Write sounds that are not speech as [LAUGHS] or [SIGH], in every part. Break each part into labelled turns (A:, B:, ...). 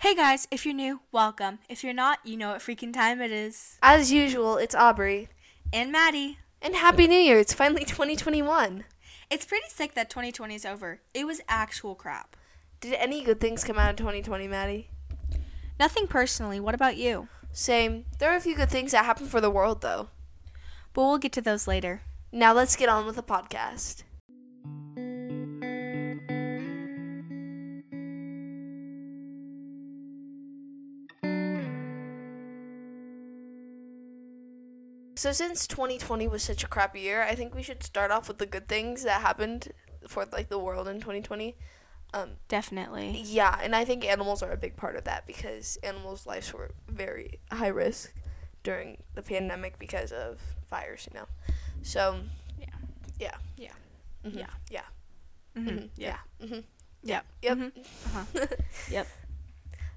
A: Hey guys, if you're new, welcome. If you're not, you know what freaking time it is.
B: As usual, it's Aubrey.
A: And Maddie.
B: And Happy New Year! It's finally [LAUGHS] 2021.
A: It's pretty sick that 2020 is over. It was actual crap.
B: Did any good things come out of 2020, Maddie?
A: Nothing personally, what about you?
B: Same. There were a few good things that happened for the world, though.
A: But we'll get to those later.
B: Now let's get on with the podcast. So, since 2020 was such a crappy year, I think we should start off with the good things that happened for like the world in 2020. Um,
A: Definitely.
B: yeah, and I think animals are a big part of that because animals' lives were very high risk during the pandemic because of fires, you know. So,
A: Yeah.
B: yeah, yeah, Mhm.
A: Yeah.
B: yeah,
A: Mm-hmm.
B: mhm, yeah, hmm
A: Yep.
B: Yep.
A: Mhm. Uh-huh. yep.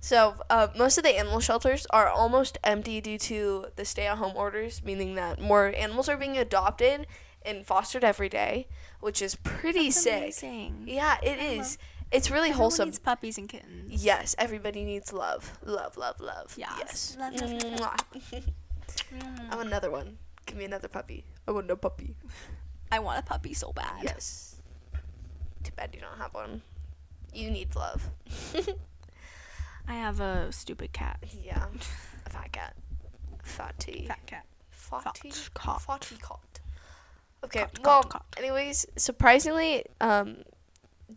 B: So, uh, most of the animal shelters are almost empty due to the stay at home orders, meaning that more animals are being adopted and fostered every day, which is pretty
A: That's
B: sick.
A: amazing.
B: Yeah, it
A: I
B: is.
A: love-
B: It's really
A: Everyone
B: wholesome.
A: needs puppies and kittens.
B: yes, everybody needs love. Love, love, love.
A: Yes.
B: Yes.
A: Love, love, love, love.
B: Mwah. I
A: Mm.
B: want another one. Give me another puppy. I want a puppy.
A: I want a puppy so bad.
B: Yes. Too bad you don't have one. You need love.
A: I have a stupid cat. [LAUGHS]
B: yeah. A fat cat. Fatty.
A: Fat cat.
B: Fatty.
A: Fat cot.
B: Fatty cot. Okay.
A: Cot, cot,
B: well,
A: cot.
B: anyways, surprisingly, um,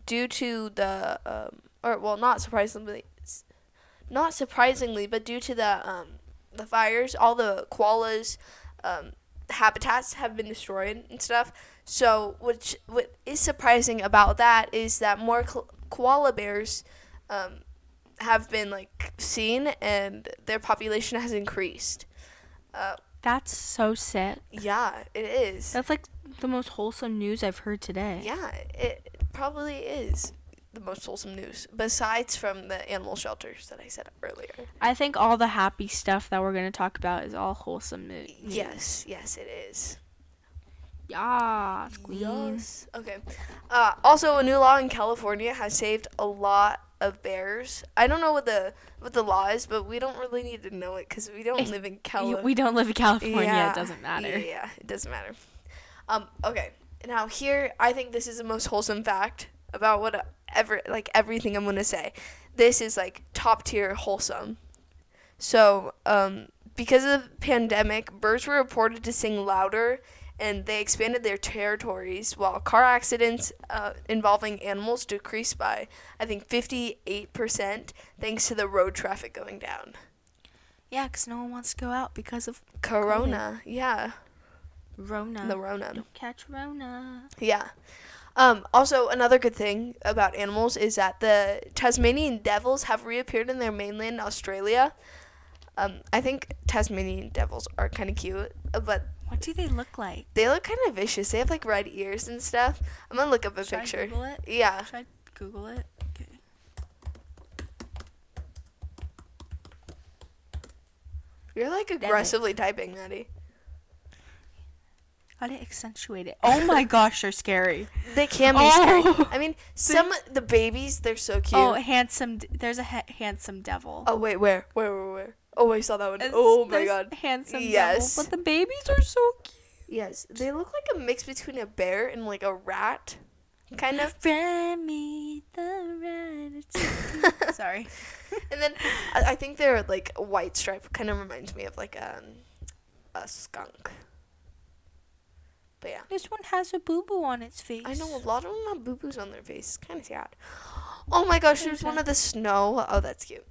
B: due to the um, or well, not surprisingly, s- not surprisingly, but due to the um, the fires, all the koalas, um, habitats have been destroyed and stuff. So, which what is surprising about that is that more ko- koala bears um, have been like seen, and their population has increased. Uh,
A: That's so sick.
B: yeah, it is.
A: That's like the most wholesome news I've heard today.
B: Yeah, it probably is the most wholesome news, besides from the animal shelters that I said earlier.
A: I think all the happy stuff that we're going to talk about is all wholesome news.
B: Yes, yes, it is.
A: Yes, queen.
B: Yes. Okay. Uh, also, a new law in California has saved a lot of bears. I don't know what the what the law is, but we don't really need to know it because we don't live in
A: You-
B: California.
A: We don't live in California.
B: Yeah,
A: It doesn't matter.
B: Yeah, yeah, it doesn't matter. Um, okay. Now here, I think this is the most wholesome fact about what ever like everything I'm gonna say. This is like top tier wholesome. So, um, because of the pandemic, birds were reported to sing louder, and they expanded their territories. While car accidents uh, involving animals decreased by, I think, fifty eight percent, thanks to the road traffic going down.
A: Yeah, because no one wants to go out because of
B: Corona, yeah,
A: Rona.
B: the Rona.
A: Don't catch Rona.
B: Yeah. Um, also, another good thing about animals is that the Tasmanian devils have reappeared in their mainland Australia. Um, I think Tasmanian devils are kind of cute, uh, but
A: What do they look like?
B: they look kind of vicious. They have like red ears and stuff. I'm gonna look up a
A: Should I
B: picture.
A: Google it?
B: Yeah.
A: Should I Google it? Okay.
B: You're like aggressively typing, Maddie.
A: Gotta accentuate [LAUGHS] it. Oh my gosh, they're [LAUGHS] scary.
B: They can be
A: Oh. [LAUGHS]
B: scary. I mean, some the babies, they're so cute.
A: Oh,
B: Oh,
A: handsome. d- There's a ha- handsome devil.
B: wait, where? Where, where, where? Oh, I saw that one.
A: It's-
B: oh my
A: there's
B: god.
A: a Handsome
B: Yes.
A: devil. But the babies are so cute.
B: Yes, they look like a mix between a bear and like a rat,
A: [LAUGHS]
B: kind of.
A: Remy the red. it's- [LAUGHS] Sorry.
B: And then I, I think they're like a white stripe. Kind of reminds me of like um, a skunk. But yeah,
A: This one has a boo boo on its face.
B: I know a lot of them have boo boos on their face. Kind of sad. Oh my gosh, there's one of the snow. Oh, that's cute.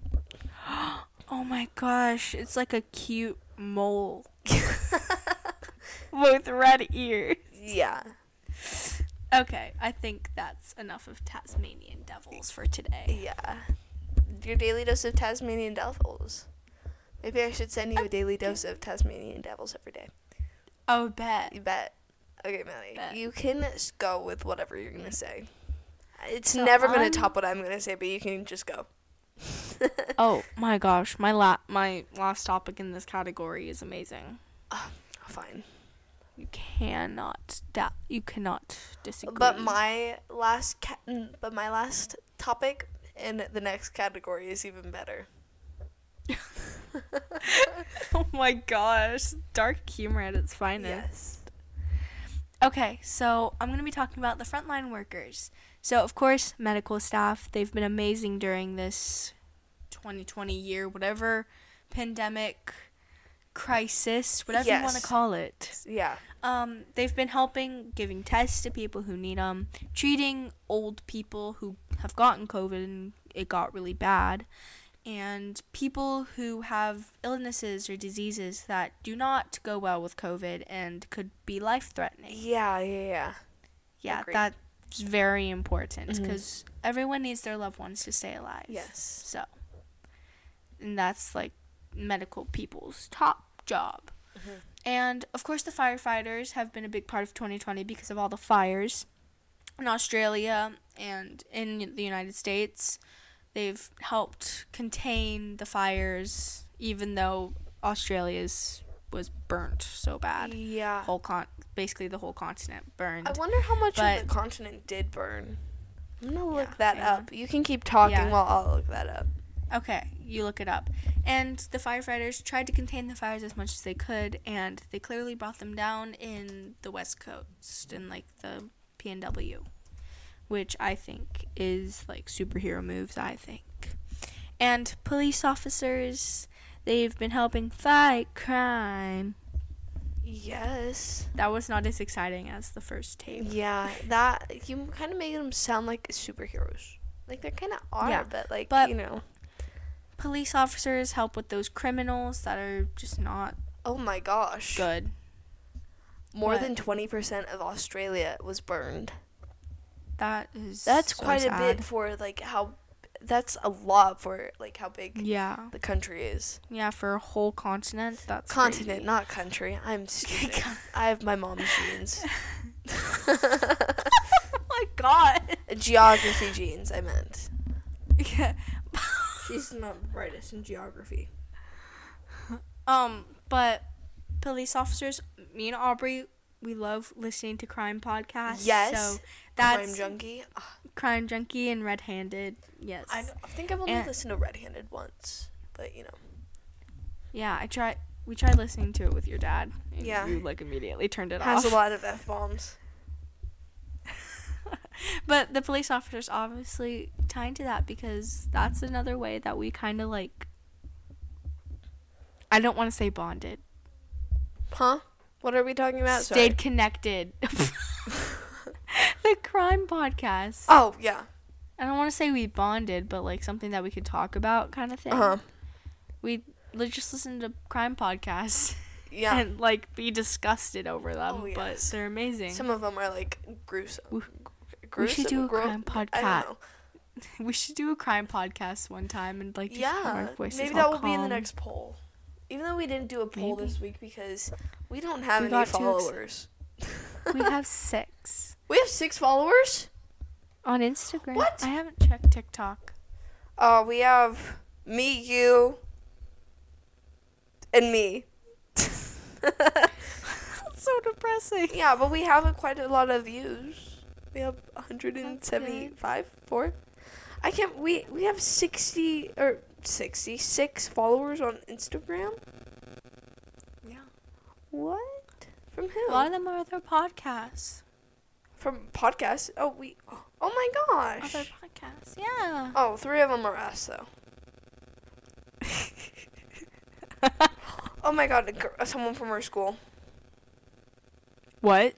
A: Oh my gosh, it's like a cute mole [LAUGHS] with red ears.
B: yeah.
A: Okay, I think that's enough of Tasmanian devils for today.
B: Yeah. Your daily dose of Tasmanian devils. Maybe I should send you a daily dose of Tasmanian devils every day.
A: Oh, bet. [LAUGHS]
B: You bet. Okay, Maddie.
A: Bet.
B: You can s- go with whatever you're gonna say. It's
A: So
B: never gonna
A: I'm-
B: top what I'm gonna say, but you can just go.
A: Oh my gosh, my la- my last topic in this category is amazing.
B: Fine.
A: You cannot da- you cannot disagree.
B: But my last ca- mm, but my last topic and the next category is even better.
A: [LAUGHS] oh my gosh, dark humor at its finest.
B: yes.
A: Okay, so I'm going to be talking about the frontline workers. So, of course, medical staff, they've been amazing during this 2020 year, whatever pandemic crisis, whatever you want to
B: Yes.
A: call it.
B: Yeah.
A: Um, they've been helping, giving tests to people who need them, treating old people who have gotten COVID and it got really bad, and people who have illnesses or diseases that do not go well with COVID and could be life threatening.
B: Yeah, yeah, yeah.
A: Yeah,
B: Agreed.
A: that's very important
B: Mhm.
A: because everyone needs their loved ones to stay alive.
B: Yes.
A: So, and that's like medical people's top job.
B: Mhm.
A: And of course, the firefighters have been a big part of 2020 because of all the fires in Australia and in the United States. They've helped contain the fires, even though Australia's was burnt so bad.
B: Yeah.
A: Whole con, basically the whole continent burned.
B: I wonder how much
A: But-
B: of the continent did burn. I'm gonna
A: Yeah,
B: look that
A: hang on.
B: up. You can keep talking
A: Yeah.
B: while I'll look that up.
A: Okay, you look it up. And the firefighters tried to contain the fires as much as they could, and they clearly brought them down in the West Coast and like the PNW, which I think is like superhero moves, I think. And police officers, they've been helping fight crime.
B: Yes.
A: That was not as exciting as the first tape.
B: Yeah, that you kind of made them sound like superheroes. Like they kind of are,
A: Yeah,
B: but like
A: but-
B: you know.
A: Police officers help with those criminals that are just not
B: Oh my gosh.
A: good.
B: More
A: What?
B: than 20% of Australia was burned.
A: That is
B: That's
A: so
B: quite a
A: sad.
B: bit for like how that's a lot for like how big
A: Yeah.
B: the country is.
A: Yeah, for a whole continent. That's
B: Continent,
A: crazy.
B: not country. [LAUGHS] I'm stupid. I have my mom's [LAUGHS] genes.
A: [LAUGHS] oh my god. [LAUGHS]
B: Geography genes, I meant.
A: Yeah.
B: She's not the brightest in geography.
A: um, but police officers, me and Aubrey, we love listening to crime podcasts.
B: Yes.
A: So that's
B: Crime junkie. Ugh,
A: Crime Junkie and Red Handed. Yes.
B: I, don't- I think I've only
A: And-
B: listened to Red Handed once, but you know.
A: yeah, I try. We tried listening to it with your dad. and
B: Yeah.
A: You like immediately turned it
B: has
A: off.
B: a lot of F bombs.
A: [LAUGHS] but the police officers obviously tying to that because that's another way that we kind of like. I don't want to say bonded.
B: Huh? What are we talking about? Sorry.
A: Stayed connected. [LAUGHS] the crime podcast.
B: Oh, yeah.
A: I don't want to say we bonded, but like something that we could talk about kind of thing.
B: Uh huh.
A: We li- just listen to crime podcasts [LAUGHS]
B: Yeah.
A: and like be disgusted over them,
B: Oh,
A: but
B: yes.
A: they're amazing.
B: Some of them are like gruesome.
A: We-
B: Gr-
A: we should do a
B: gro-
A: crime
B: I
A: podcast.
B: don't know.
A: [LAUGHS] we should do a crime podcast one time and like just have
B: Yeah.
A: our voices
B: Maybe
A: all
B: that will be in the
A: calm.
B: next poll. Even though we didn't do a poll
A: Maybe.
B: this week because we don't have
A: We
B: any
A: got too ex-
B: followers.
A: we
B: [LAUGHS]
A: have six
B: we have six followers?
A: on Instagram.
B: What?
A: I haven't checked
B: [LAUGHS]
A: TikTok.
B: Uh, we have me, you, and me. [LAUGHS]
A: That's so depressing.
B: yeah, but we have a, quite a lot of views. We have 175, four. I can't. We we have 60 or 66 followers on Instagram.
A: Yeah.
B: What? From
A: A lot of
B: who?
A: them are other podcasts.
B: From podcasts. Oh, we. Oh my gosh.
A: Other podcasts. Yeah.
B: Oh, three of them are
A: [LAUGHS]
B: us though. Oh my god, a gir- someone from our school.
A: what?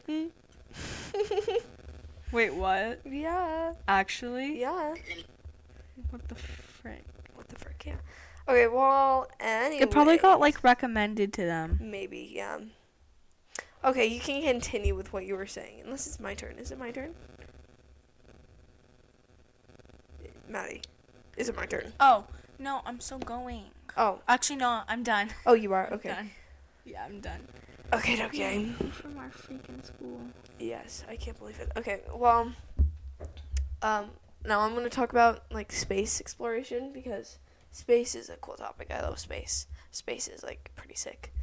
A: Wait, what?
B: [LAUGHS] yeah.
A: Actually?
B: Yeah.
A: What the frick?
B: What the frick? Yeah. Okay. Well, anyway.
A: It probably got like recommended to them.
B: Maybe. Yeah. Okay, you can continue with what you were saying, unless it's my turn. Is it my turn? Maddie, is it my turn?
A: Oh, no, I'm still going.
B: Oh,
A: Actually, no, I'm done.
B: oh, you are. Okay.
A: Done. Yeah, I'm
B: [LAUGHS]
A: done.
B: Okay. Okay.
A: From our freaking school.
B: Yes, I can't believe it. Okay, well, um, now I'm gonna talk about like space exploration because space is a cool topic. I love space. Space is like pretty sick.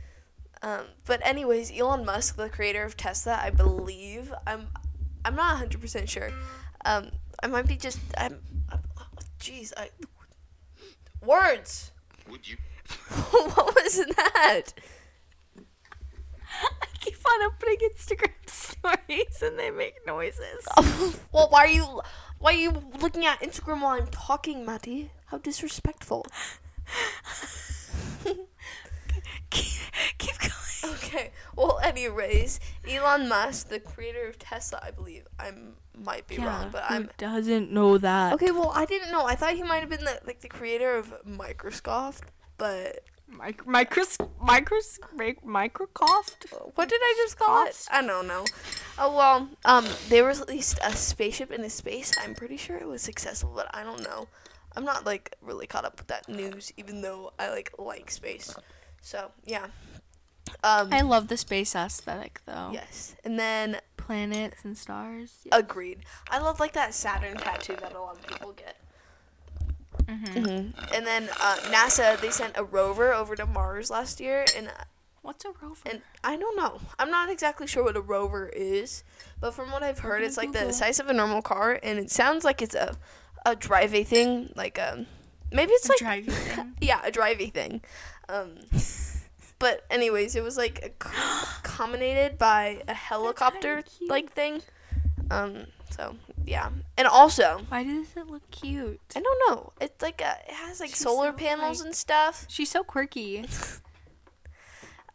B: Um, but anyways, Elon Musk, the creator of Tesla, I believe. I'm, I'm not 100 percent sure. Um, I might be just. I'm, I'm Jeez, I words.
C: Would you?
B: [LAUGHS] what was that?
A: I keep on opening Instagram [LAUGHS] stories and they make noises.
B: well, why are you why are you looking at Instagram while I'm talking, Matty? How disrespectful.
A: keep, keep going.
B: Okay. Well, anyways, Elon Musk, the creator of Tesla, I believe. I might be wrong, but
A: who
B: I'm
A: doesn't know that?
B: Okay, well, I didn't know. I thought he might have been the, like the creator of Microsoft, but
A: Mic- micros, micros, mic- microcoft.
B: what did I just call it? I don't know. Oh well, um, they released a spaceship into space. I'm pretty sure it was successful, but I don't know. I'm not like really caught up with that news, even though I like like space. So yeah, um,
A: I love the space aesthetic though.
B: yes, and then
A: Planets and stars.
B: agreed. I love like that Saturn tattoo that a lot of people get.
A: Mhm.
B: And then uh, NASA, they sent a rover over to Mars last year, and
A: What's a rover?
B: and I don't know. I'm not exactly sure what a rover is, but from what I've heard, it's like the
A: Google.
B: size of a normal car, and it sounds like it's a a drivey thing, like um maybe it's
A: A
B: like
A: drivey
B: [LAUGHS]
A: thing?
B: yeah, a drivey thing. Um, but anyways, it was like
A: [GASPS]
B: accommodated by a helicopter like thing. Um, so yeah, and also
A: Why does it look cute?
B: I don't know. It's like a, it has like
A: She's
B: solar
A: so,
B: panels
A: like-
B: and stuff.
A: She's so quirky.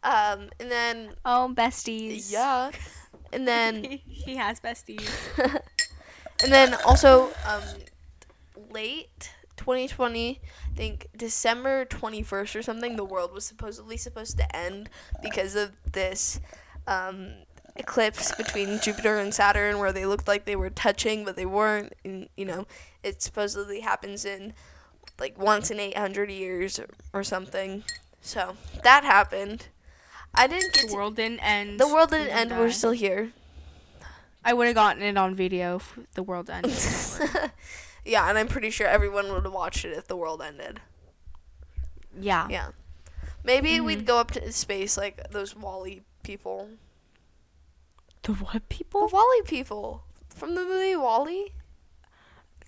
B: Um, and then
A: Oh, besties. [LAUGHS]
B: [LAUGHS] yeah, and then. [LAUGHS]
A: she has besties.
B: And then also, um, late 2020, I think December 21st or something, the world was supposedly supposed to end because of this um, eclipse between Jupiter and Saturn where they looked like they were touching but they weren't. And, you know, it supposedly happens in like once in 800 years or, or something. So that happened. I didn't get
A: The
B: to-
A: world didn't end.
B: the world
A: We
B: didn't end. We're
A: die.
B: still here.
A: I would have gotten it on video if the world ended.
B: [LAUGHS] yeah, and I'm pretty sure everyone would have watched it if the world ended.
A: yeah.
B: [LAUGHS]
A: Mm-hmm.
B: Yeah. Maybe we'd go up to space like those Wally people.
A: The what
B: The
A: people?
B: Wally people from the movie Wally.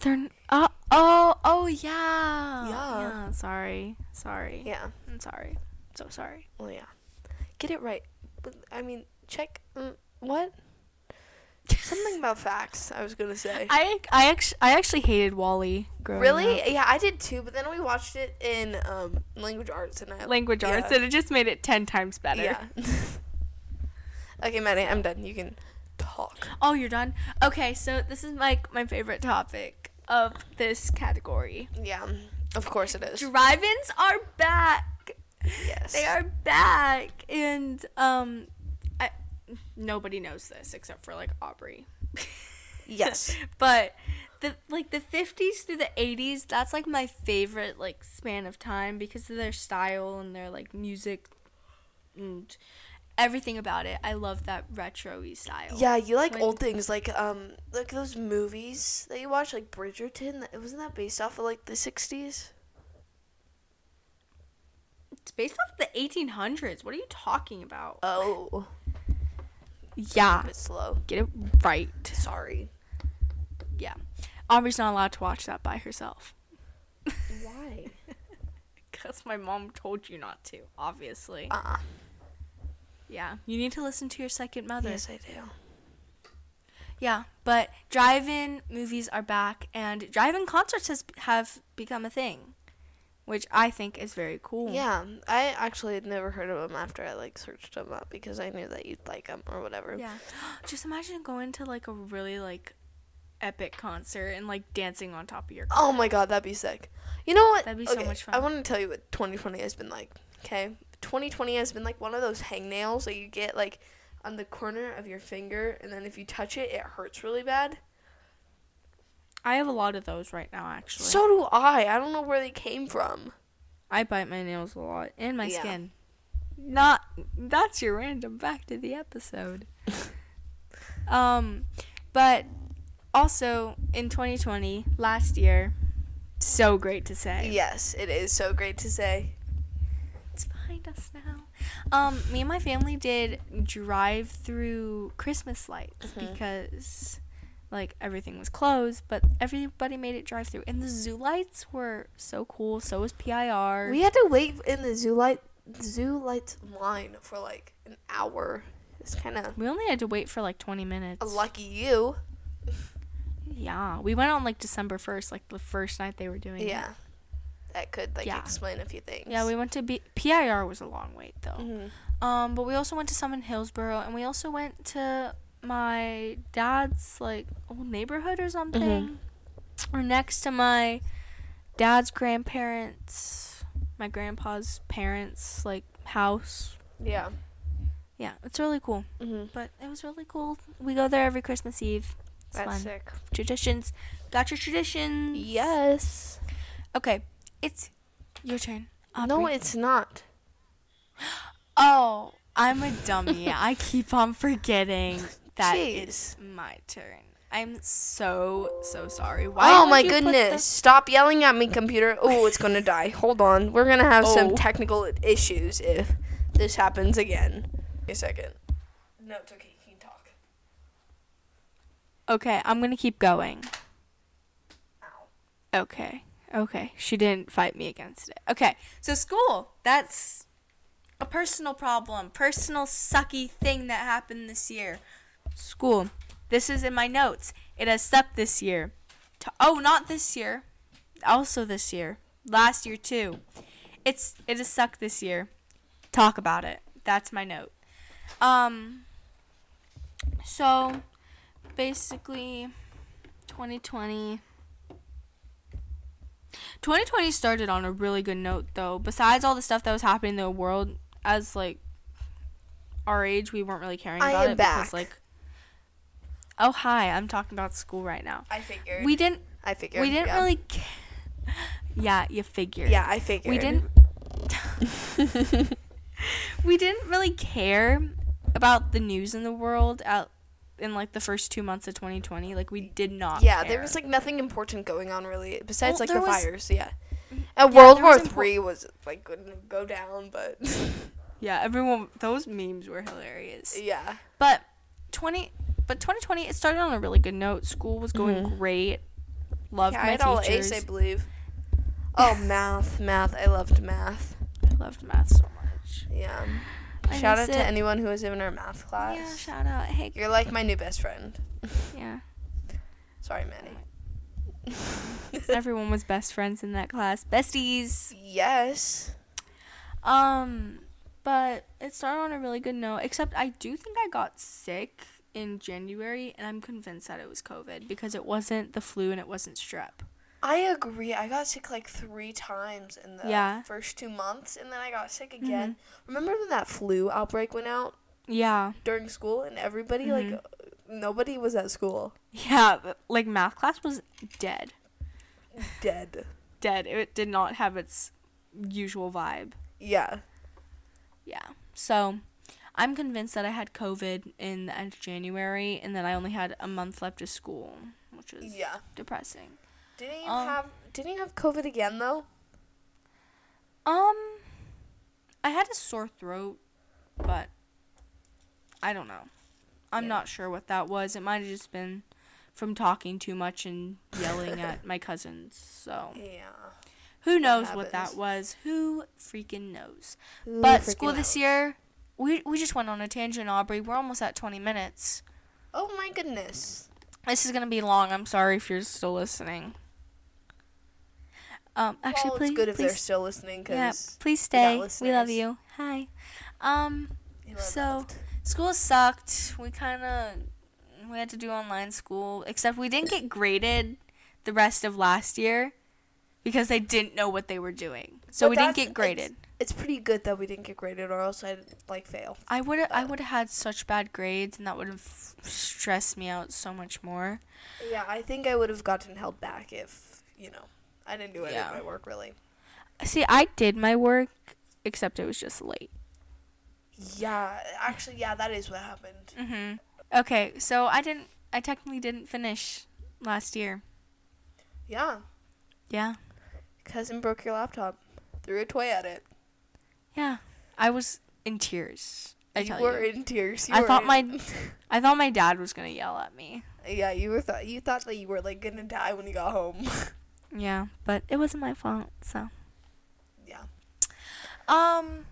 A: They're n- uh, oh oh yeah.
B: Yeah.
A: Sorry. Sorry.
B: Yeah.
A: I'm sorry. So sorry.
B: Well, yeah. Get it right. But, I mean, check mm, what? Something about facts. I was gonna say.
A: I I actually I actually hated Wally. Growing
B: really?
A: up.
B: Yeah, I did too. But then we watched it in um, language arts, and I
A: Language
B: yeah.
A: arts, and it just made it ten times better.
B: Yeah. [LAUGHS] okay, Maddie, I'm done. You can talk.
A: Oh, you're done. Okay, so this is like my favorite topic of this category.
B: Yeah. Of course it is.
A: Drive-ins are back.
B: Yes.
A: They are back, and um, I, nobody knows this except for like Aubrey. [LAUGHS]
B: [LAUGHS] Yes.
A: but the like the 50s through the 80s that's like my favorite like span of time because of their style and their like music and everything about it i love that retro style
B: Yeah, you like
A: Like-
B: old things, like um, like those movies that you watch, like Bridgerton. that- Wasn't that based off of like the sixties?
A: it's based off the 1800s what are you talking about
B: Oh,
A: yeah
B: a bit slow.
A: get it right
B: Sorry.
A: yeah aubrey's not allowed to watch that by herself
B: Why?
A: because my mom told you not to obviously
B: Uh.
A: yeah you need to listen to your second mother
B: Yes, I do.
A: Yeah, but drive-in movies are back, and drive-in concerts has have become a thing, which I think is very cool.
B: Yeah, I actually had never heard of them after I like searched them up because I knew that you'd like them or whatever.
A: yeah. [GASPS] Just imagine going to like a really like epic concert and like dancing on top of your.
B: Oh my god, that'd be sick. You know what?
A: That'd be so much
B: I
A: fun.
B: want to tell you what 2020 has been like. Okay, 2020 has been like one of those hangnails that you get like on the corner of your finger, and then if you touch it, it hurts really bad.
A: I have a lot of those right now, actually.
B: So do I. I don't know where they came from.
A: I bite my nails a lot and my
B: Yeah.
A: skin. Not that's your random back to the
B: [LAUGHS]
A: episode. um but also in 2020 last year so great to say.
B: Yes, it is so great to say.
A: It's behind us now. Um me and
B: Mm-hmm.
A: my family did drive through Christmas lights because like everything was closed, but everybody made it drive through. And the zoo lights were so cool. So was PIR.
B: We had to wait in the zoo light zoo lights line for like an hour. It's kind of
A: We only had to wait for like 20 minutes.
B: lucky you.
A: Yeah. We went on like December 1st, like the first night they were doing it.
B: Yeah, that could like
A: Yeah.
B: explain a few things.
A: Yeah, we went to B- PIR was a long wait though.
B: Mhm.
A: Um, but we also went to some in Hillsboro, and we also went to my dad's like old neighborhood or something,
B: Mm-hmm.
A: or next to my dad's grandparents, my grandpa's parents' like house.
B: Yeah.
A: Yeah, it's really cool.
B: hmm
A: But it was really cool. We go there every Christmas Eve. It's
B: That's
A: fun.
B: sick.
A: Traditions. Got your traditions.
B: Yes.
A: Okay, it's your turn.
B: No,
A: Aubrey.
B: it's not.
A: Oh, I'm [LAUGHS] a dummy. I keep on forgetting that
B: Jeez.
A: it's my turn. I'm so so sorry.
B: oh
A: would
B: my
A: you put the-
B: goodness! Stop yelling at me, computer. Oh, it's gonna die. Hold on. We're gonna have
A: Oh.
B: some technical issues if this happens again. A second. No, it's okay. You can talk.
A: Okay, I'm gonna keep going.
B: Ow.
A: Okay, okay. She didn't fight me against it. Okay, so school. That's a personal problem, personal sucky thing that happened this year. School. This is in my notes. It has sucked this year. To- oh, not this year. Also this year. Last year too. It's it has sucked this year. Talk about it. That's my note. Um. So, basically, 2020. 2020 started on a really good note though. Besides all the stuff that was happening in the world, as like our age, we weren't really caring
B: I
A: about
B: am
A: it because
B: back.
A: like. Oh hi! I'm talking about school right now.
B: I figured.
A: We didn't.
B: I figured.
A: We didn't
B: yeah.
A: really. Ca- yeah, you figured.
B: Yeah, I figured.
A: We didn't. [LAUGHS] we didn't really care about the news in the world out in like the first two months of 2020. Like we did not.
B: Yeah,
A: care.
B: there was like nothing important going on really, besides
A: Well,
B: like the
A: there was-
B: fires. Yeah. And
A: yeah,
B: World
A: there
B: War
A: was
B: Three was like gonna go down, but [LAUGHS]
A: Yeah, everyone. Those memes were hilarious.
B: yeah.
A: But 20 but 2020 it started on a really good note. School was going great. Loved
B: Mm-hmm. yeah, I
A: my
B: had all
A: teachers.
B: A's, I believe. Oh, math, math. I loved math.
A: Loved math so much.
B: Yeah.
A: I
B: shout out
A: miss
B: to
A: it.
B: anyone who was in our math class.
A: Yeah, shout out. Hey,
B: You're like my new best friend.
A: yeah.
B: Sorry, Maddie.
A: Everyone was best friends in that class. Besties.
B: yes.
A: Um but it started on a really good note, except I do think I got sick in January and I'm convinced that it was COVID because it wasn't the flu and it wasn't strep.
B: I agree. I got sick like three times in the
A: Yeah. Mm-hmm.
B: first two months, and then I got sick again. Remember when that flu outbreak went out
A: Yeah.
B: during school, and everybody like uh,
A: Mm-hmm.
B: nobody was at school,
A: Yeah, but, like math class was dead.
B: dead.
A: Dead. It did not have its usual vibe.
B: Yeah.
A: Yeah. So I'm convinced that I had COVID in the end of January and that I only had a month left of school, which is
B: Yeah.
A: depressing.
B: Didn't you
A: Um,
B: have Didn't you have COVID again though?
A: Um I had a sore throat, but I don't know. I'm
B: Yeah.
A: not sure what that was. It might have just been from talking too much and yelling
B: [LAUGHS]
A: at my cousins. So,
B: Yeah.
A: who knows what that
B: happens.
A: was? Who freaking knows?
B: Who
A: but
B: freaking
A: school this
B: knows?
A: year, we we just went on a tangent, Aubrey. We're almost at 20 minutes.
B: Oh my goodness.
A: This is gonna be long. I'm sorry if you're still listening. Um, actually,
B: well,
A: please,
B: it's good if they're
A: please,
B: still listening
A: yeah,
B: because
A: please stay. We love
B: listeners.
A: you. Hi. Um, so- school sucked. We kind of we had to do online school, except we didn't get graded the rest of last year because they didn't know what they were doing. So
B: But
A: we didn't
B: that's-
A: get graded.
B: it's pretty good that we didn't get graded, or else I'd like fail.
A: I would I would have had such bad grades, and that would have stressed me out so much more.
B: Yeah, I think I would have gotten held back if you know I didn't do any
A: Yeah.
B: of my work really.
A: See, I did my work, except it was just late.
B: Yeah, actually, yeah, that is what happened.
A: hmm Okay, so I didn't. I technically didn't finish last year.
B: Yeah,
A: Yeah.
B: cousin broke your laptop, threw a toy at it.
A: Yeah. I was in tears. I I
B: you
A: tell
B: were
A: you.
B: in tears. You
A: I
B: were
A: thought
B: in-
A: my I thought my dad was gonna yell at me.
B: [LAUGHS] yeah, you were thought you thought that you were like gonna die when you got home. [LAUGHS]
A: Yeah, but it wasn't my fault, so.
B: yeah.
A: Um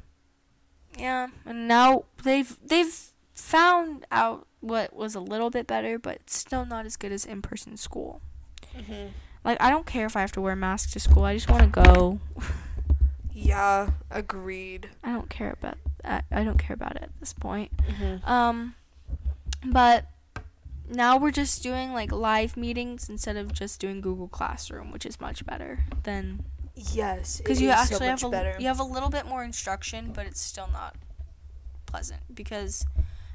A: yeah, and now they've they've found out what was a little bit better, but it's still not as good as in-person school.
B: Mm-hmm.
A: Like I don't care if I have to wear a mask to school. I just want to go.
B: Yeah. Agreed.
A: I don't care about I, I don't care about it at this point.
B: Mm-hmm.
A: Um but now we're just doing like live meetings instead of just doing Google Classroom, which is much better than
B: Yes.
A: because you actually have a
B: better.
A: you have a little bit more instruction, but it's still not pleasant because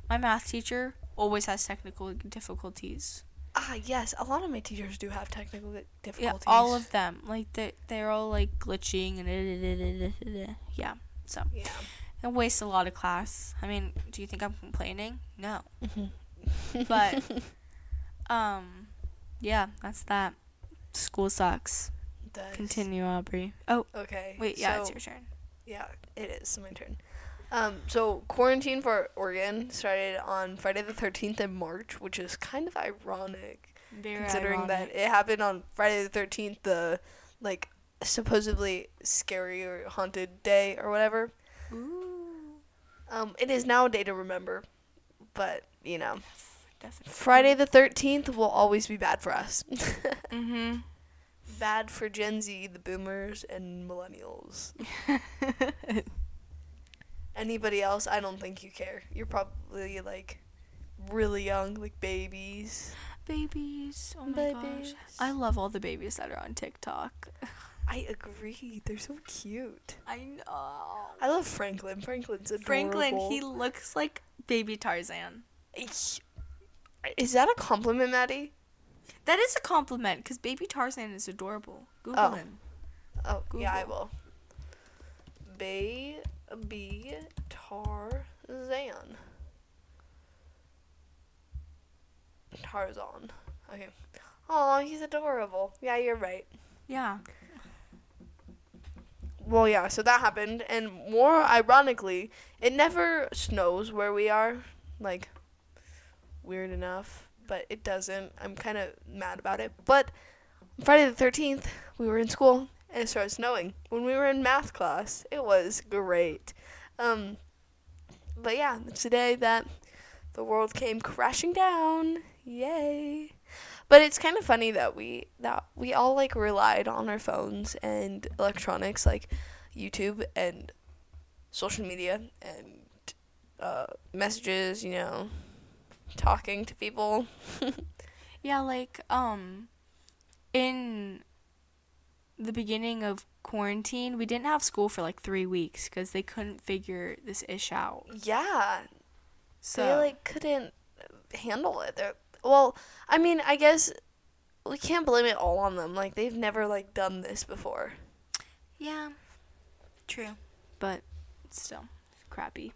A: my math teacher always has technical difficulties.
B: ah yes. A lot of my teachers do have technical
A: Yeah,
B: difficulties.
A: all of them like they they're all like glitching and yeah, so
B: Yeah.
A: it wastes a lot of class. I mean, do you think I'm complaining? No,
B: Mm-hmm.
A: [LAUGHS] but um, yeah, that's that. School sucks. Continue, Aubrey. Oh,
B: Okay.
A: wait, yeah, it's
B: so-
A: your turn.
B: Yeah, it is my turn. Um, so quarantine for Oregon started on Friday the thirteenth in March, which is kind of ironic
A: Very
B: considering
A: ironic.
B: that it happened on Friday the thirteenth, the like supposedly scary or haunted day or whatever.
A: Ooh,
B: Um, it is now a day to remember, but you know,
A: definitely.
B: Friday the thirteenth will always be bad for us. [LAUGHS]
A: Mm-hmm.
B: bad for Gen Z, the Boomers, and [LAUGHS] Millennials. Anybody else? I don't think you care. You're probably like really young, like babies.
A: babies. Oh my
B: Babies.
A: gosh. I love all the babies that are on TikTok.
B: I agree. They're so cute.
A: I know.
B: I love Franklin. Franklin's adorable.
A: Franklin, he looks like baby Tarzan.
B: is that a compliment, Maddie?
A: That is a compliment because baby Tarzan is adorable. Google
B: Oh.
A: him.
B: Oh, yeah, I
A: Google.
B: will. Baby Tarzan. Tarzan. Okay. Oh, he's adorable. Yeah, you're right.
A: Yeah.
B: Well, yeah, so that happened. And more ironically, it never snows where we are. Like, weird enough, but it doesn't. I'm kind of mad about it. But Friday the 13th, we were in school and it started snowing. When we were in math class, it was great. Um, but yeah, it's the day that the world came crashing down. Yay. But it's kind of funny that we that we all like relied on our phones and electronics like YouTube and social media and uh, messages, you know, talking to people.
A: Yeah, like, um, in the beginning of quarantine, we didn't have school for like three weeks because they couldn't figure this ish out.
B: Yeah,
A: So,
B: they like couldn't handle it. They're, well, I mean, I guess we can't blame it all on them. Like they've never like done this before.
A: yeah. True. But still, crappy.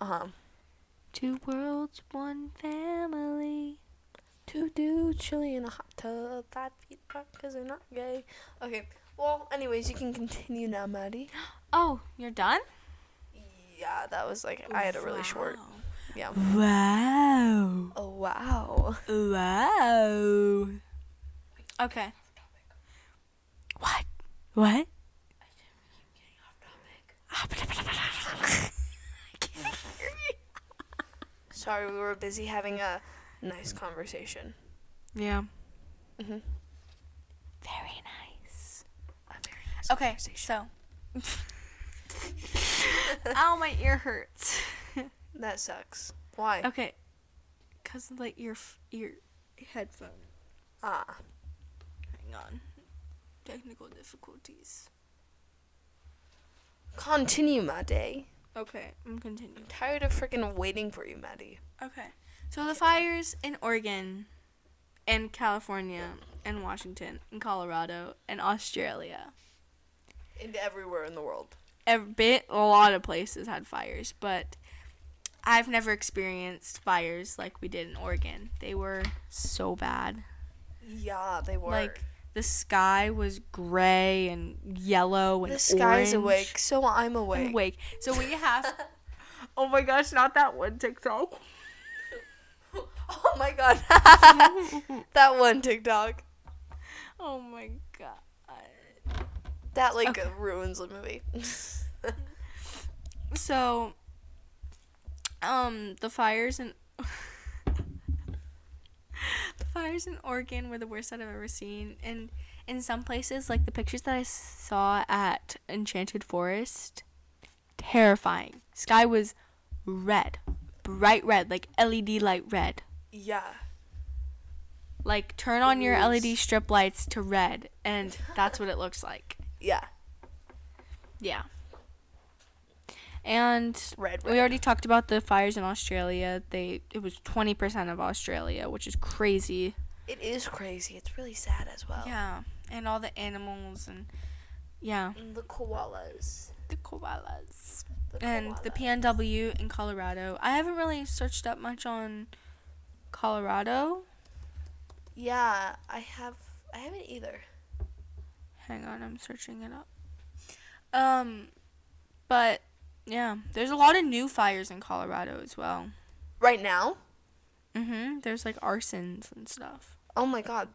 B: Uh huh.
A: Two worlds, one family.
B: Two dudes chilling in a hot tub, five feet apart because they're not gay. Okay. Well, anyways, you can continue now, Maddie.
A: Oh, you're done?
B: Yeah, that was like I had a really short. Yeah.
A: Wow.
B: Oh wow.
A: Wow. Okay. What? What? I can't hear you.
B: Sorry, we were busy having a nice conversation.
A: Yeah.
B: Mhm.
A: Very Mm-hmm. nice.
B: A very nice
A: Okay, so. Ow, my ear [LAUGHS] hurts.
B: That sucks. Why?
A: Okay, cause of like your f- ear headphone.
B: Ah.
A: Hang on, technical difficulties.
B: Continue, Maddie.
A: Okay, I'm continuing.
B: I'm tired of freaking waiting for you, Maddie.
A: Okay, so the fires in Oregon, and California, and Washington, and Colorado, and Australia.
B: And everywhere in the world.
A: A bit, a lot of places had fires, but I've never experienced fires like we did in Oregon. They were so bad.
B: Yeah, they were.
A: Like the sky was gray and yellow and
B: the
A: orange.
B: sky's awake, so I'm
A: I'm
B: awake.
A: awake. So we have [LAUGHS] Oh my gosh, not that one TikTok.
B: Oh my god. [LAUGHS] that one TikTok.
A: Oh my god.
B: That like
A: Okay.
B: ruins the movie. [LAUGHS]
A: So, um, the fires in [LAUGHS] the fires in Oregon were the worst that I've ever seen, and in some places, like the pictures that I saw at Enchanted Forest, terrifying. Sky was red, bright red, like LED light red.
B: yeah.
A: Like turn on your
B: Ooh.
A: LED strip lights to red, and that's what it looks like.
B: Yeah.
A: Yeah. And
B: Red.
A: We
B: red.
A: already talked about the fires in Australia. They it was twenty percent of Australia, which is crazy.
B: It is crazy. It's really sad as well.
A: Yeah, and all the animals and yeah,
B: And the koalas.
A: the koalas
B: The
A: and the
B: koala.
A: PNW in Colorado. I haven't really searched up much on Colorado.
B: Yeah, I have. I haven't either.
A: Hang on, I'm searching it up. Um, but yeah, there's a lot of new fires in Colorado as well.
B: Right now?
A: Mhm. There's like arsons and stuff.
B: Oh my god.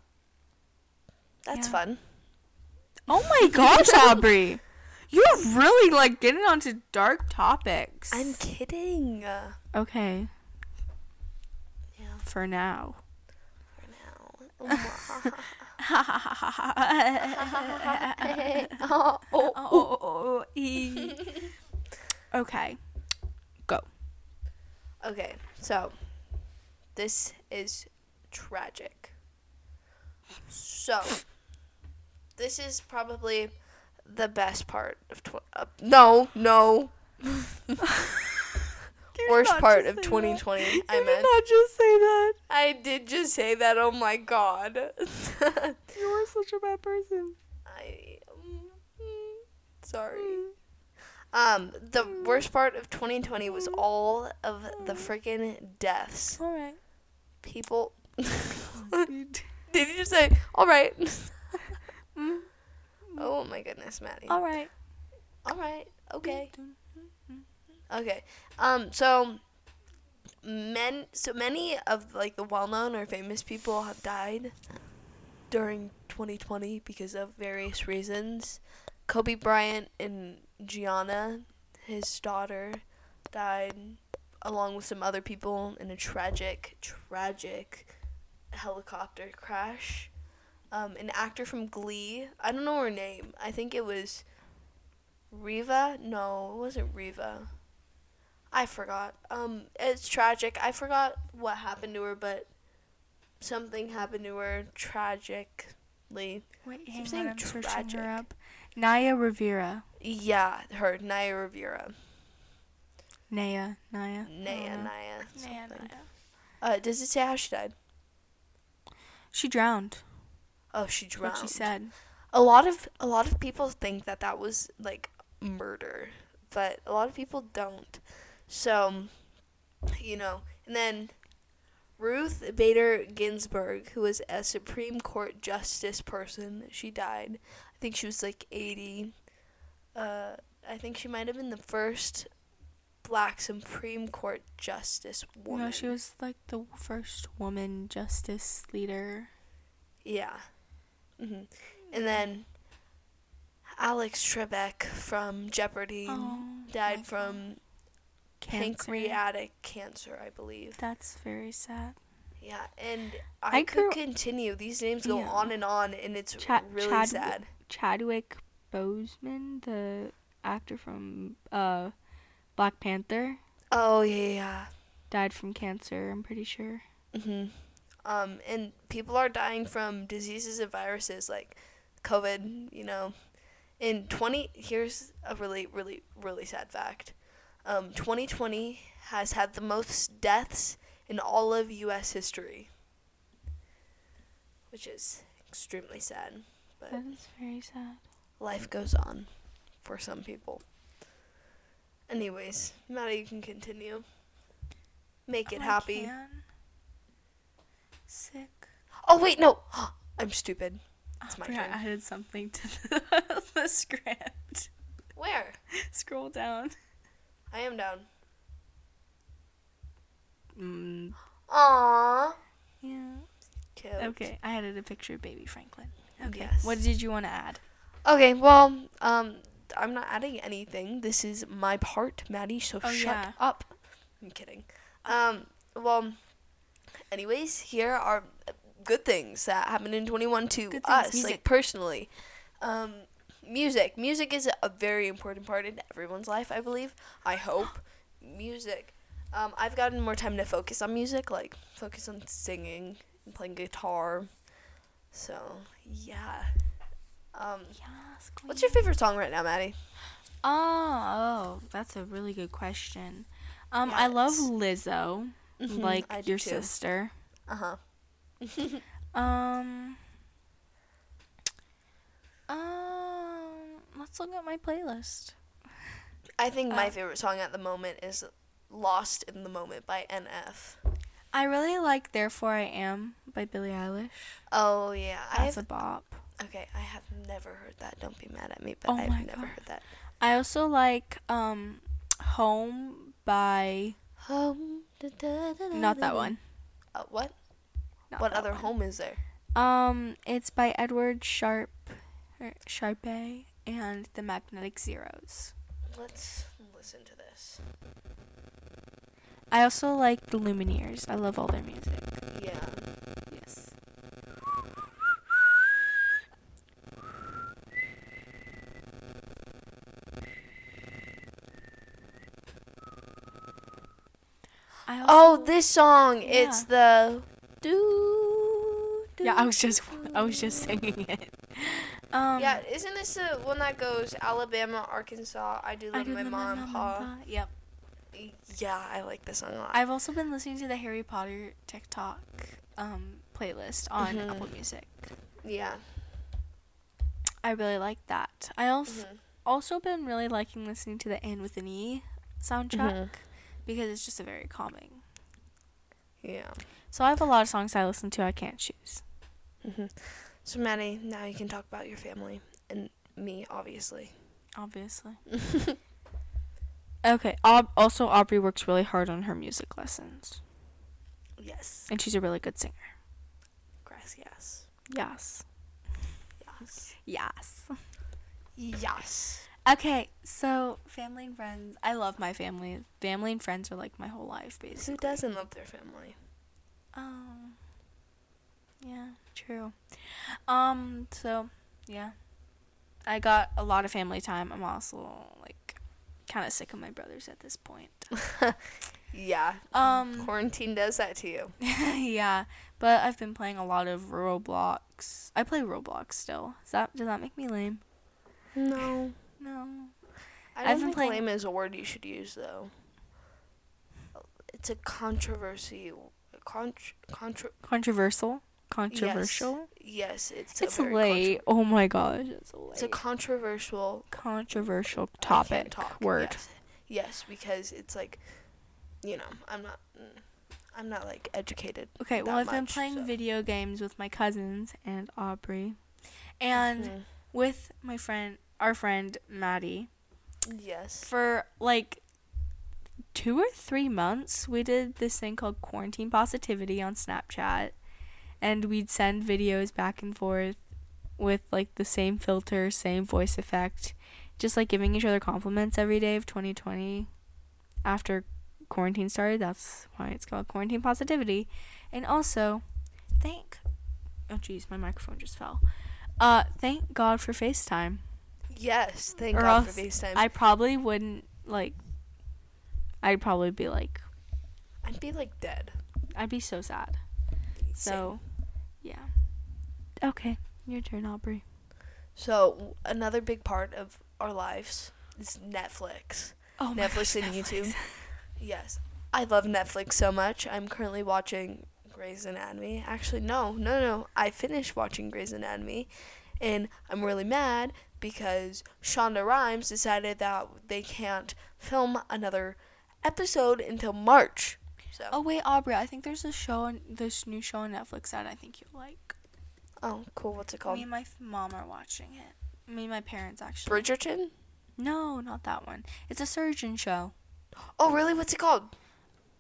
B: That's
A: Yeah.
B: fun.
A: Oh my [LAUGHS] gosh, Aubrey. You're really like getting onto dark topics.
B: I'm kidding. Uh,
A: okay,
B: yeah,
A: for
B: [LAUGHS]
A: now.
B: for now. [LAUGHS] [LAUGHS] oh,
A: Oh, oh, ee. okay.
B: Okay, so this is tragic. So this is probably the best part of tw- uh, no, no, worst part of 2020. I meant
A: not just say that.
B: I did just say that. Oh my god. [LAUGHS]
A: You are such a bad person.
B: I um, sorry. Um, the worst part of 2020 was all of the freaking deaths.
A: All right.
B: People Did you just say, all right? [LAUGHS] Mm-hmm. oh my goodness, Maddie.
A: Mm-hmm. All right.
B: all right. Okay. Okay. Um. So, men. So many of like the well-known or famous people have died during 2020 because of various reasons. Kobe Bryant and Gianna, his daughter, died along with some other people in a tragic, tragic helicopter crash. Um, an actor from Glee. I don't know her name. I think it was Riva. No, it wasn't Riva. I forgot. Um, it's tragic. I forgot what happened to her, but something happened to her tragically.
A: Wait,
B: Keep
A: hang
B: saying
A: on. I'm searching
B: tragic.
A: her up. Naya Rivera.
B: Yeah, her Naya Rivera.
A: Naya. Naya.
B: Naya,
A: Naya.
B: Naya.
A: Mm-hmm. Naya.
B: something.
A: Naya.
B: Uh, does it say how she died?
A: She drowned.
B: Oh, she
A: is What
B: drowned.
A: she said.
B: A lot of a lot of people think that that was like murder, but a lot of people don't. So, you know, and then Ruth Bader Ginsburg, who was a Supreme Court justice person, she died. I think she was like 80. Uh, I think she might have been the first black Supreme Court justice woman.
A: No, she was like the first woman justice leader.
B: Yeah.
A: Mm-hmm.
B: hmm And then Alex Trebek from Jeopardy
A: Oh
B: died
A: my
B: from
A: Cancer.
B: pancreatic cancer, I believe.
A: That's very sad.
B: Yeah, and I,
A: I
B: could
A: grew-
B: continue. These names go
A: Yeah.
B: on and on, and it's
A: Chad-
B: really
A: Chad-
B: sad.
A: Chadwick Boseman, the actor from uh, Black Panther,
B: Oh yeah,
A: died from cancer. I'm pretty sure.
B: yeah. hmm Um, and people are dying from diseases and viruses like COVID. You know, in 20 here's a really really really sad fact um, 2020 has had the most deaths in all of us history which is extremely sad but
A: That is very sad.
B: life goes on for some people anyways maddie you can continue make it
A: Oh, I
B: happy
A: can. Sick.
B: oh wait no [GASPS] i'm stupid It's
A: I
B: my
A: forgot
B: turn.
A: I added something to [LAUGHS] the, the script.
B: where
A: Scroll down.
B: i am down
A: Mm,
B: Aww.
A: yeah.
B: Cute.
A: Okay, I added a picture of baby Franklin. Okay.
B: Yes.
A: What did you want to add?
B: Okay, well, um, I'm not adding anything. This is my part, Maddie, so
A: Oh,
B: shut
A: yeah.
B: up. I'm kidding. Um, well, anyways, here are good things that happened in 21 to
A: Good things,
B: us,
A: music.
B: like personally. Um, music. Music is a very important part in everyone's life, I believe.
A: [GASPS]
B: I hope. music. Um, I've gotten more time to focus on music, like focus on singing and playing guitar. So, yeah. Um,
A: Yes.
B: What's your favorite song right now, Maddie?
A: Oh, oh, that's a really good question. Um, I love
B: Yes. Mm-hmm,
A: Lizzo, like
B: I do
A: your
B: too.
A: sister.
B: Uh huh.
A: Um, um, let's look at my playlist.
B: I think my
A: Um,
B: favorite song at the moment is "Lost in the Moment" by NF.
A: I really like "Therefore I Am" by Billie Eilish.
B: Oh yeah, I
A: That's
B: have.
A: a bop.
B: okay, I have never heard that. Don't be mad at me, but
A: Oh my
B: I've never
A: God.
B: heard that.
A: I also like um, "Home" by
B: Home. da, da, da, da,
A: not
B: da,
A: that
B: da.
A: one.
B: Uh, what?
A: Not
B: what
A: that
B: other
A: one.
B: home is there?
A: Um, it's by Edward Sharp, or Sharpe, and the Magnetic Zeros.
B: Let's listen to this.
A: I also like the Lumineers. I love all their music.
B: Yeah.
A: Yes. I also,
B: Oh, this song.
A: Yeah.
B: It's the. Do,
A: yeah, I was just I was just singing it. Um,
B: Yeah, isn't this the one that goes Alabama, Arkansas? I do love
A: I do
B: my
A: the
B: mom and pa.
A: Yep.
B: Yeah, I like this song a lot.
A: I've also been listening to the Harry Potter TikTok um, playlist on
B: Mhm.
A: Apple Music.
B: yeah.
A: I really like that. I also
B: Mhm.
A: also been really liking listening to the "And with an E soundtrack because it's just a very calming.
B: Yeah.
A: So I have a lot of songs I listen to I can't choose.
B: Mm-hmm. So Maddie, now you can talk about your family and me, obviously.
A: Obviously. okay. Aub- also, Aubrey works really hard on her music lessons,
B: Yes.
A: and she's a really good singer.
B: Gracias.
A: Yes.
B: Yes.
A: Yes.
B: Yes.
A: Okay. So family and friends. I love my family. Family and friends are like my whole life,
B: Who
A: basically.
B: doesn't love their family?
A: Um. Yeah, true. Um, so yeah. I got a lot of family time. I'm also like kind of sick of my brothers at this point.
B: [LAUGHS] Yeah. Mm.
A: Um [LAUGHS]
B: Quarantine does that to you.
A: yeah, but I've been playing a lot of Roblox. I play Roblox still. Does that does that make me lame?
B: No. [LAUGHS]
A: No.
B: I
A: I've
B: don't
A: been
B: think
A: playing-
B: lame is a word you should use though. It's a controversy. Contr- contr-
A: Controversial? Controversial?
B: yes, it's
A: It's
B: a very
A: late. oh my gosh, it's late.
B: contro- it's a controversial
A: controversial
B: I can't
A: topic
B: talk,
A: word.
B: Yes. Yes, because it's like, you know, I'm not, mm, I'm not like educated.
A: Okay,
B: that
A: well, I've been
B: much,
A: playing
B: so-
A: video games with my cousins and Aubrey, and
B: Mhm.
A: with my friend, our friend Maddie,
B: Yes.
A: for like two or three months. We did this thing called quarantine positivity on Snapchat, and we'd send videos back and forth with like the same filter, same voice effect, just like giving each other compliments every day of 2020 after quarantine started. That's why it's called quarantine positivity. And also, thank oh jeez, my microphone just fell. Uh, thank God for FaceTime.
B: Yes. Thank
A: Or
B: God
A: else
B: for FaceTime.
A: I probably wouldn't like. I'd probably be like,
B: I'd be like dead.
A: I'd be so sad.
B: Same.
A: So, yeah. Okay, your turn, Aubrey.
B: So w- another big part of our lives is Netflix.
A: Oh my
B: Netflix and YouTube. Yes. I love Netflix so much. I'm currently watching Grey's Anatomy. Actually, no, no, no. I finished watching Grey's Anatomy, and I'm really mad because Shonda Rhimes decided that they can't film another episode until March. So,
A: Oh
B: oh,
A: wait, Aubrey. I think there's a show on this new show on Netflix that I think you'll like.
B: oh, cool. What's it called?
A: Me and my f- mom are watching it. Me and my parents actually.
B: Bridgerton?
A: No, not that one. It's a surgeon show.
B: Oh, really? What's it called?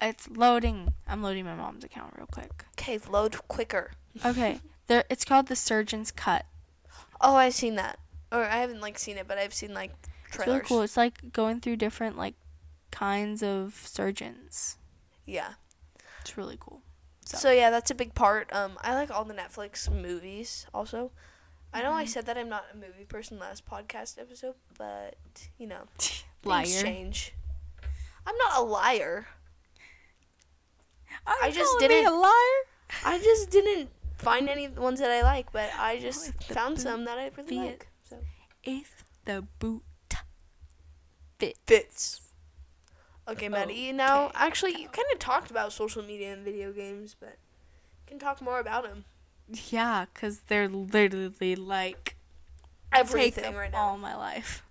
A: It's loading. I'm loading my mom's account real [LAUGHS] quick.
B: Okay, load quicker.
A: Okay. There, it's called the Surgeon's Cut.
B: Oh, I've seen that. Or I haven't like seen it, but I've seen like
A: It's
B: trailers.
A: really cool. It's like going through different like kinds of surgeons.
B: Yeah.
A: It's really cool.
B: So.
A: So-
B: yeah, that's a big part. Um, I like all the Netflix movies. Also, I know
A: Mm-hmm.
B: I said that I'm not a movie person last podcast episode, but you know, things
A: Liar.
B: change. I'm not a liar.
A: Are
B: I
A: you
B: just
A: calling me
B: didn't-
A: a liar.
B: I
A: [LAUGHS]
B: just didn't find any ones that I like, but I just
A: like the
B: found some that I really
A: boot
B: like. So
A: If the boot fit.
B: fits. Okay, Maddie. Now,
A: Okay.
B: actually, you kind of talked about social media and video games, but you can talk more about them.
A: Yeah, because they're literally like
B: Everything
A: take up
B: right now.
A: all my life.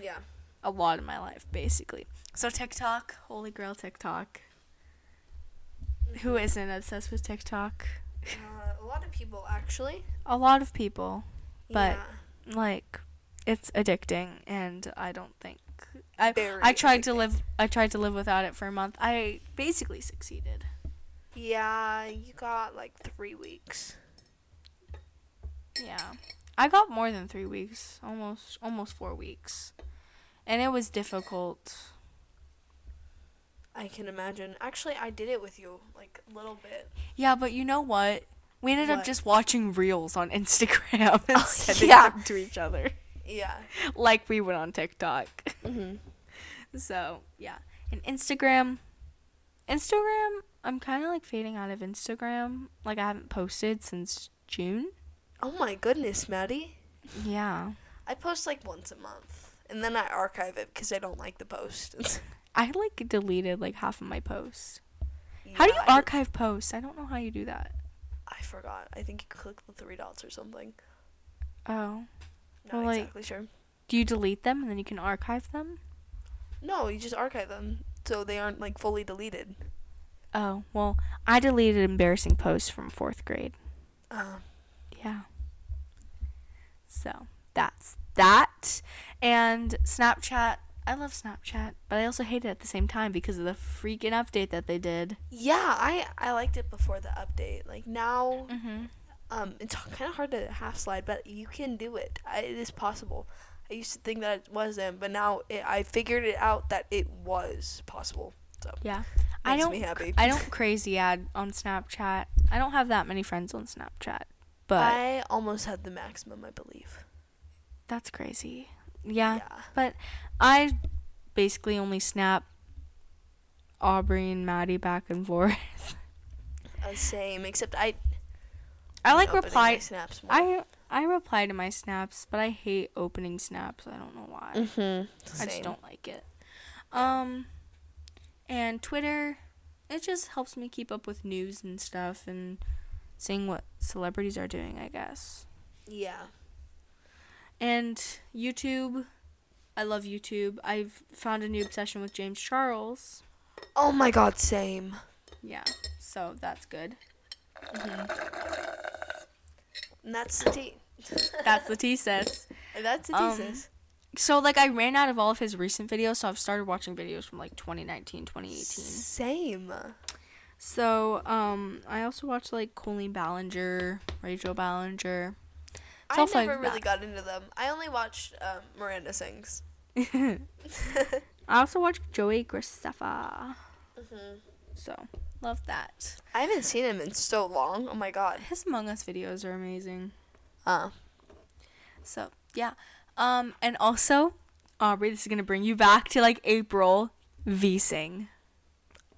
B: Yeah.
A: a lot of my life, basically. So TikTok, holy grail TikTok. Who isn't obsessed with TikTok?
B: Uh, a lot of people actually.
A: A lot of people, But-
B: yeah.
A: like, it's addicting, and I don't think I.
B: Very
A: I tried to
B: addicting.
A: live. I tried to live without it for a month. I basically succeeded.
B: Yeah, you got like three weeks.
A: Yeah, I got more than three weeks, almost almost four weeks, and it was difficult.
B: I can imagine. Actually, I did it with you like a little bit.
A: Yeah, but you know what? We ended
B: What?
A: up just watching reels on Instagram [LAUGHS] and
B: Oh,
A: sending
B: [LAUGHS] yeah.
A: them to each other.
B: Yeah.
A: like we would on TikTok.
B: Mm-hmm.
A: So yeah, and Instagram, Instagram. I'm kind of like fading out of Instagram. Like I haven't posted since June.
B: Oh my goodness, Maddie.
A: Yeah,
B: I post like once a month, and then I archive it because I don't like the post. [LAUGHS]
A: I like deleted like half of my posts. How do you
B: Yeah, I-
A: archive posts? I don't know how you do that.
B: I forgot. I think you click the three dots or something.
A: Oh,
B: Not
A: Well, like-
B: exactly sure.
A: do you delete them and then you can archive them?
B: No, you just archive them so they aren't like fully deleted.
A: Oh well, I deleted embarrassing posts from fourth grade.
B: Um,
A: Yeah. So that's that. And Snapchat. I love Snapchat, but I also hate it at the same time because of the freaking update that they did.
B: yeah, I I liked it before the update. Like now,
A: Mm-hmm.
B: um, it's kind of hard to half slide, but you can do it. I, it is possible. I used to think that it wasn't, but now it, I figured it out that it was possible.
A: Yeah. I
B: Makes
A: don't.
B: me happy.
A: [LAUGHS] I don't crazy ad on Snapchat. I don't have that many friends on Snapchat, but
B: I almost had the maximum, I believe.
A: that's crazy. Yeah,
B: yeah.
A: But I basically only snap Aubrey and Maddie back and forth. [LAUGHS]
B: Uh, same, except I.
A: I like
B: opening
A: reply.
B: my snaps. More.
A: I I reply to my snaps, but I hate opening snaps. I don't know why.
B: Mm-hmm.
A: I just don't like it. Um and Twitter it just helps me keep up with news and stuff and seeing what celebrities are doing, I guess.
B: Yeah.
A: And YouTube I love YouTube. I've found a new obsession with James Charles.
B: Oh my God, same.
A: Yeah. So that's good. Mm-hmm.
B: And that's the tea.
A: That's the tea sis.
B: That's the
A: Um,
B: thesis.
A: So like I ran out of all of his recent videos, so I've started watching videos from like 2019, 2018.
B: Same.
A: So, um, I also watched like Colleen Ballinger, Rachel Ballinger.
B: I
A: also
B: never
A: like
B: really
A: that.
B: got into them. I only watched um, Miranda Sings.
A: I also watched Joey Graceffa. Mm-hmm. So, love that.
B: I haven't seen him in so long. Oh my God.
A: His Among Us videos are amazing.
B: Uh,
A: So, yeah. Um, and also, Aubrey, this is gonna bring you back to like April VSing,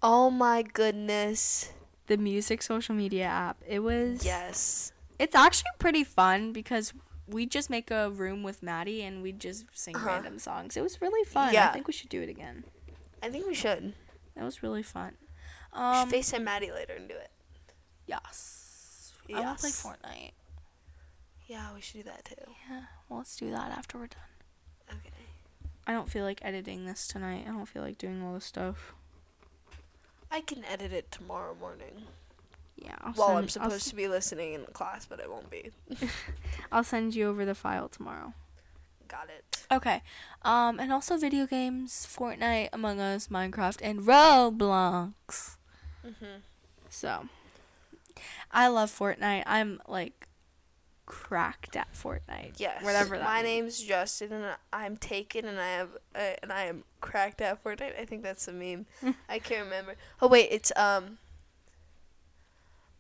B: oh my goodness.
A: the music social media app. It was
B: Yes.
A: It's actually pretty fun because we just make a room with Maddie and we just sing
B: Uh-huh.
A: random songs. It was really fun.
B: Yeah.
A: I think we should do it again.
B: I think we should.
A: That was really fun.
B: We should
A: Um,
B: FaceTime Maddie later and do it.
A: yes. I want to play
B: Yes.
A: Fortnite.
B: Yeah, we should do that too.
A: Yeah. Well, let's do that after we're done.
B: Okay.
A: I don't feel like editing this tonight. I don't feel like doing all this stuff.
B: I can edit it tomorrow morning.
A: Yeah. I'll
B: While I'm
A: send- I'll s-
B: supposed to be listening in class, but I won't be.
A: I'll send you over the file tomorrow.
B: got it.
A: Okay. Um, and also video games, Fortnite, Among Us, Minecraft, and Roblox.
B: Mm-hmm.
A: So, I love Fortnite. I'm like cracked at Fortnite.
B: Yes.
A: Whatever that
B: My
A: means.
B: name's Justin, and I'm taken, and I have, uh, and I am cracked at Fortnite. I think that's
A: [LAUGHS]
B: a meme. I can't remember. Oh wait, it's um.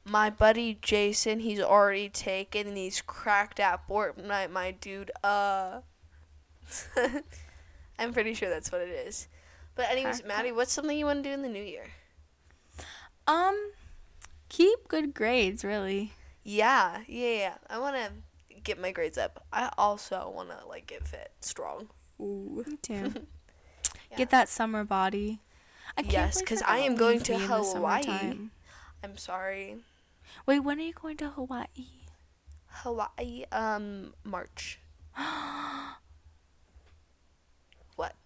B: My buddy Jason, he's already taken, and he's cracked at Fortnite. My dude, uh. [LAUGHS] I'm pretty sure that's what it is. But anyways,
A: Cracked
B: Maddie, what's something you want to do in the new year?
A: Um, keep good grades, really.
B: Yeah, yeah, yeah. I want to get my grades up. I also want to like get fit, strong. Ooh.
A: Me [LAUGHS] too.
B: Yeah.
A: Get that summer body. I can't
B: Yes,
A: believe
B: 'cause
A: that
B: I am
A: won't
B: going
A: leave
B: to
A: me in the
B: Hawaii.
A: summertime.
B: I'm sorry.
A: Wait, when are you going to Hawaii?
B: Hawaii, um, [GASPS] March. what?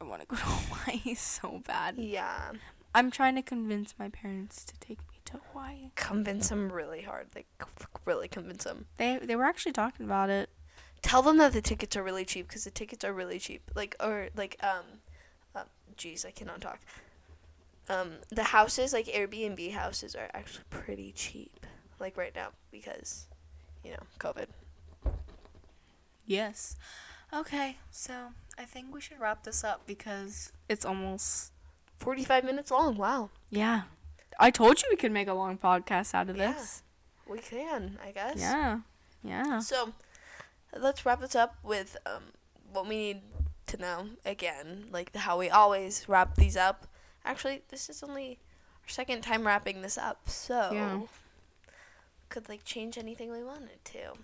A: I want to go to [LAUGHS] Hawaii so bad.
B: Yeah,
A: [LAUGHS] I'm trying to convince my parents to take me to Hawaii.
B: convince them really hard. Like, f- really convince them.
A: They they were actually talking about it.
B: Tell them that the tickets are really cheap because the tickets are really cheap. Like, or like, um, uh, jeez, I cannot talk. Um, the houses, like Airbnb houses, are actually pretty cheap. Like right now because, you know, COVID.
A: Yes. Okay, so I think we should wrap this up because it's almost
B: Forty-five minutes long. Wow.
A: yeah. I told you we could make a long podcast out of
B: Yeah.
A: this.
B: We can, I guess.
A: Yeah. Yeah.
B: So, let's wrap this up with um, what we need to know again, like how we always wrap these up. Actually, this is only our second time wrapping this up, so
A: Yeah.
B: could like change anything we wanted to.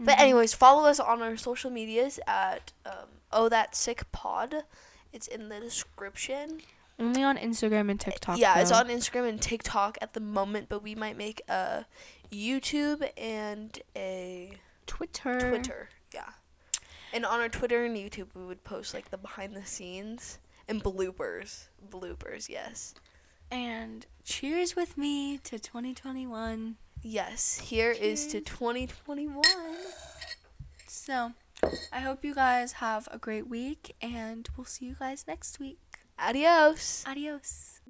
B: But anyways, follow us on our social medias at um, oh that sick pod. It's in the description.
A: Only on Instagram and TikTok.
B: Yeah, it's
A: though.
B: on Instagram and TikTok at the moment, but we might make a YouTube and a
A: Twitter.
B: Twitter, yeah. And on our Twitter and YouTube, we would post like the behind the scenes and bloopers. Bloopers, yes.
A: And cheers with me to 2021.
B: Yes, Here is to
A: Cheers.
B: 2021.
A: So, I hope you guys have a great week and we'll see you guys next week.
B: Adios.
A: Adios.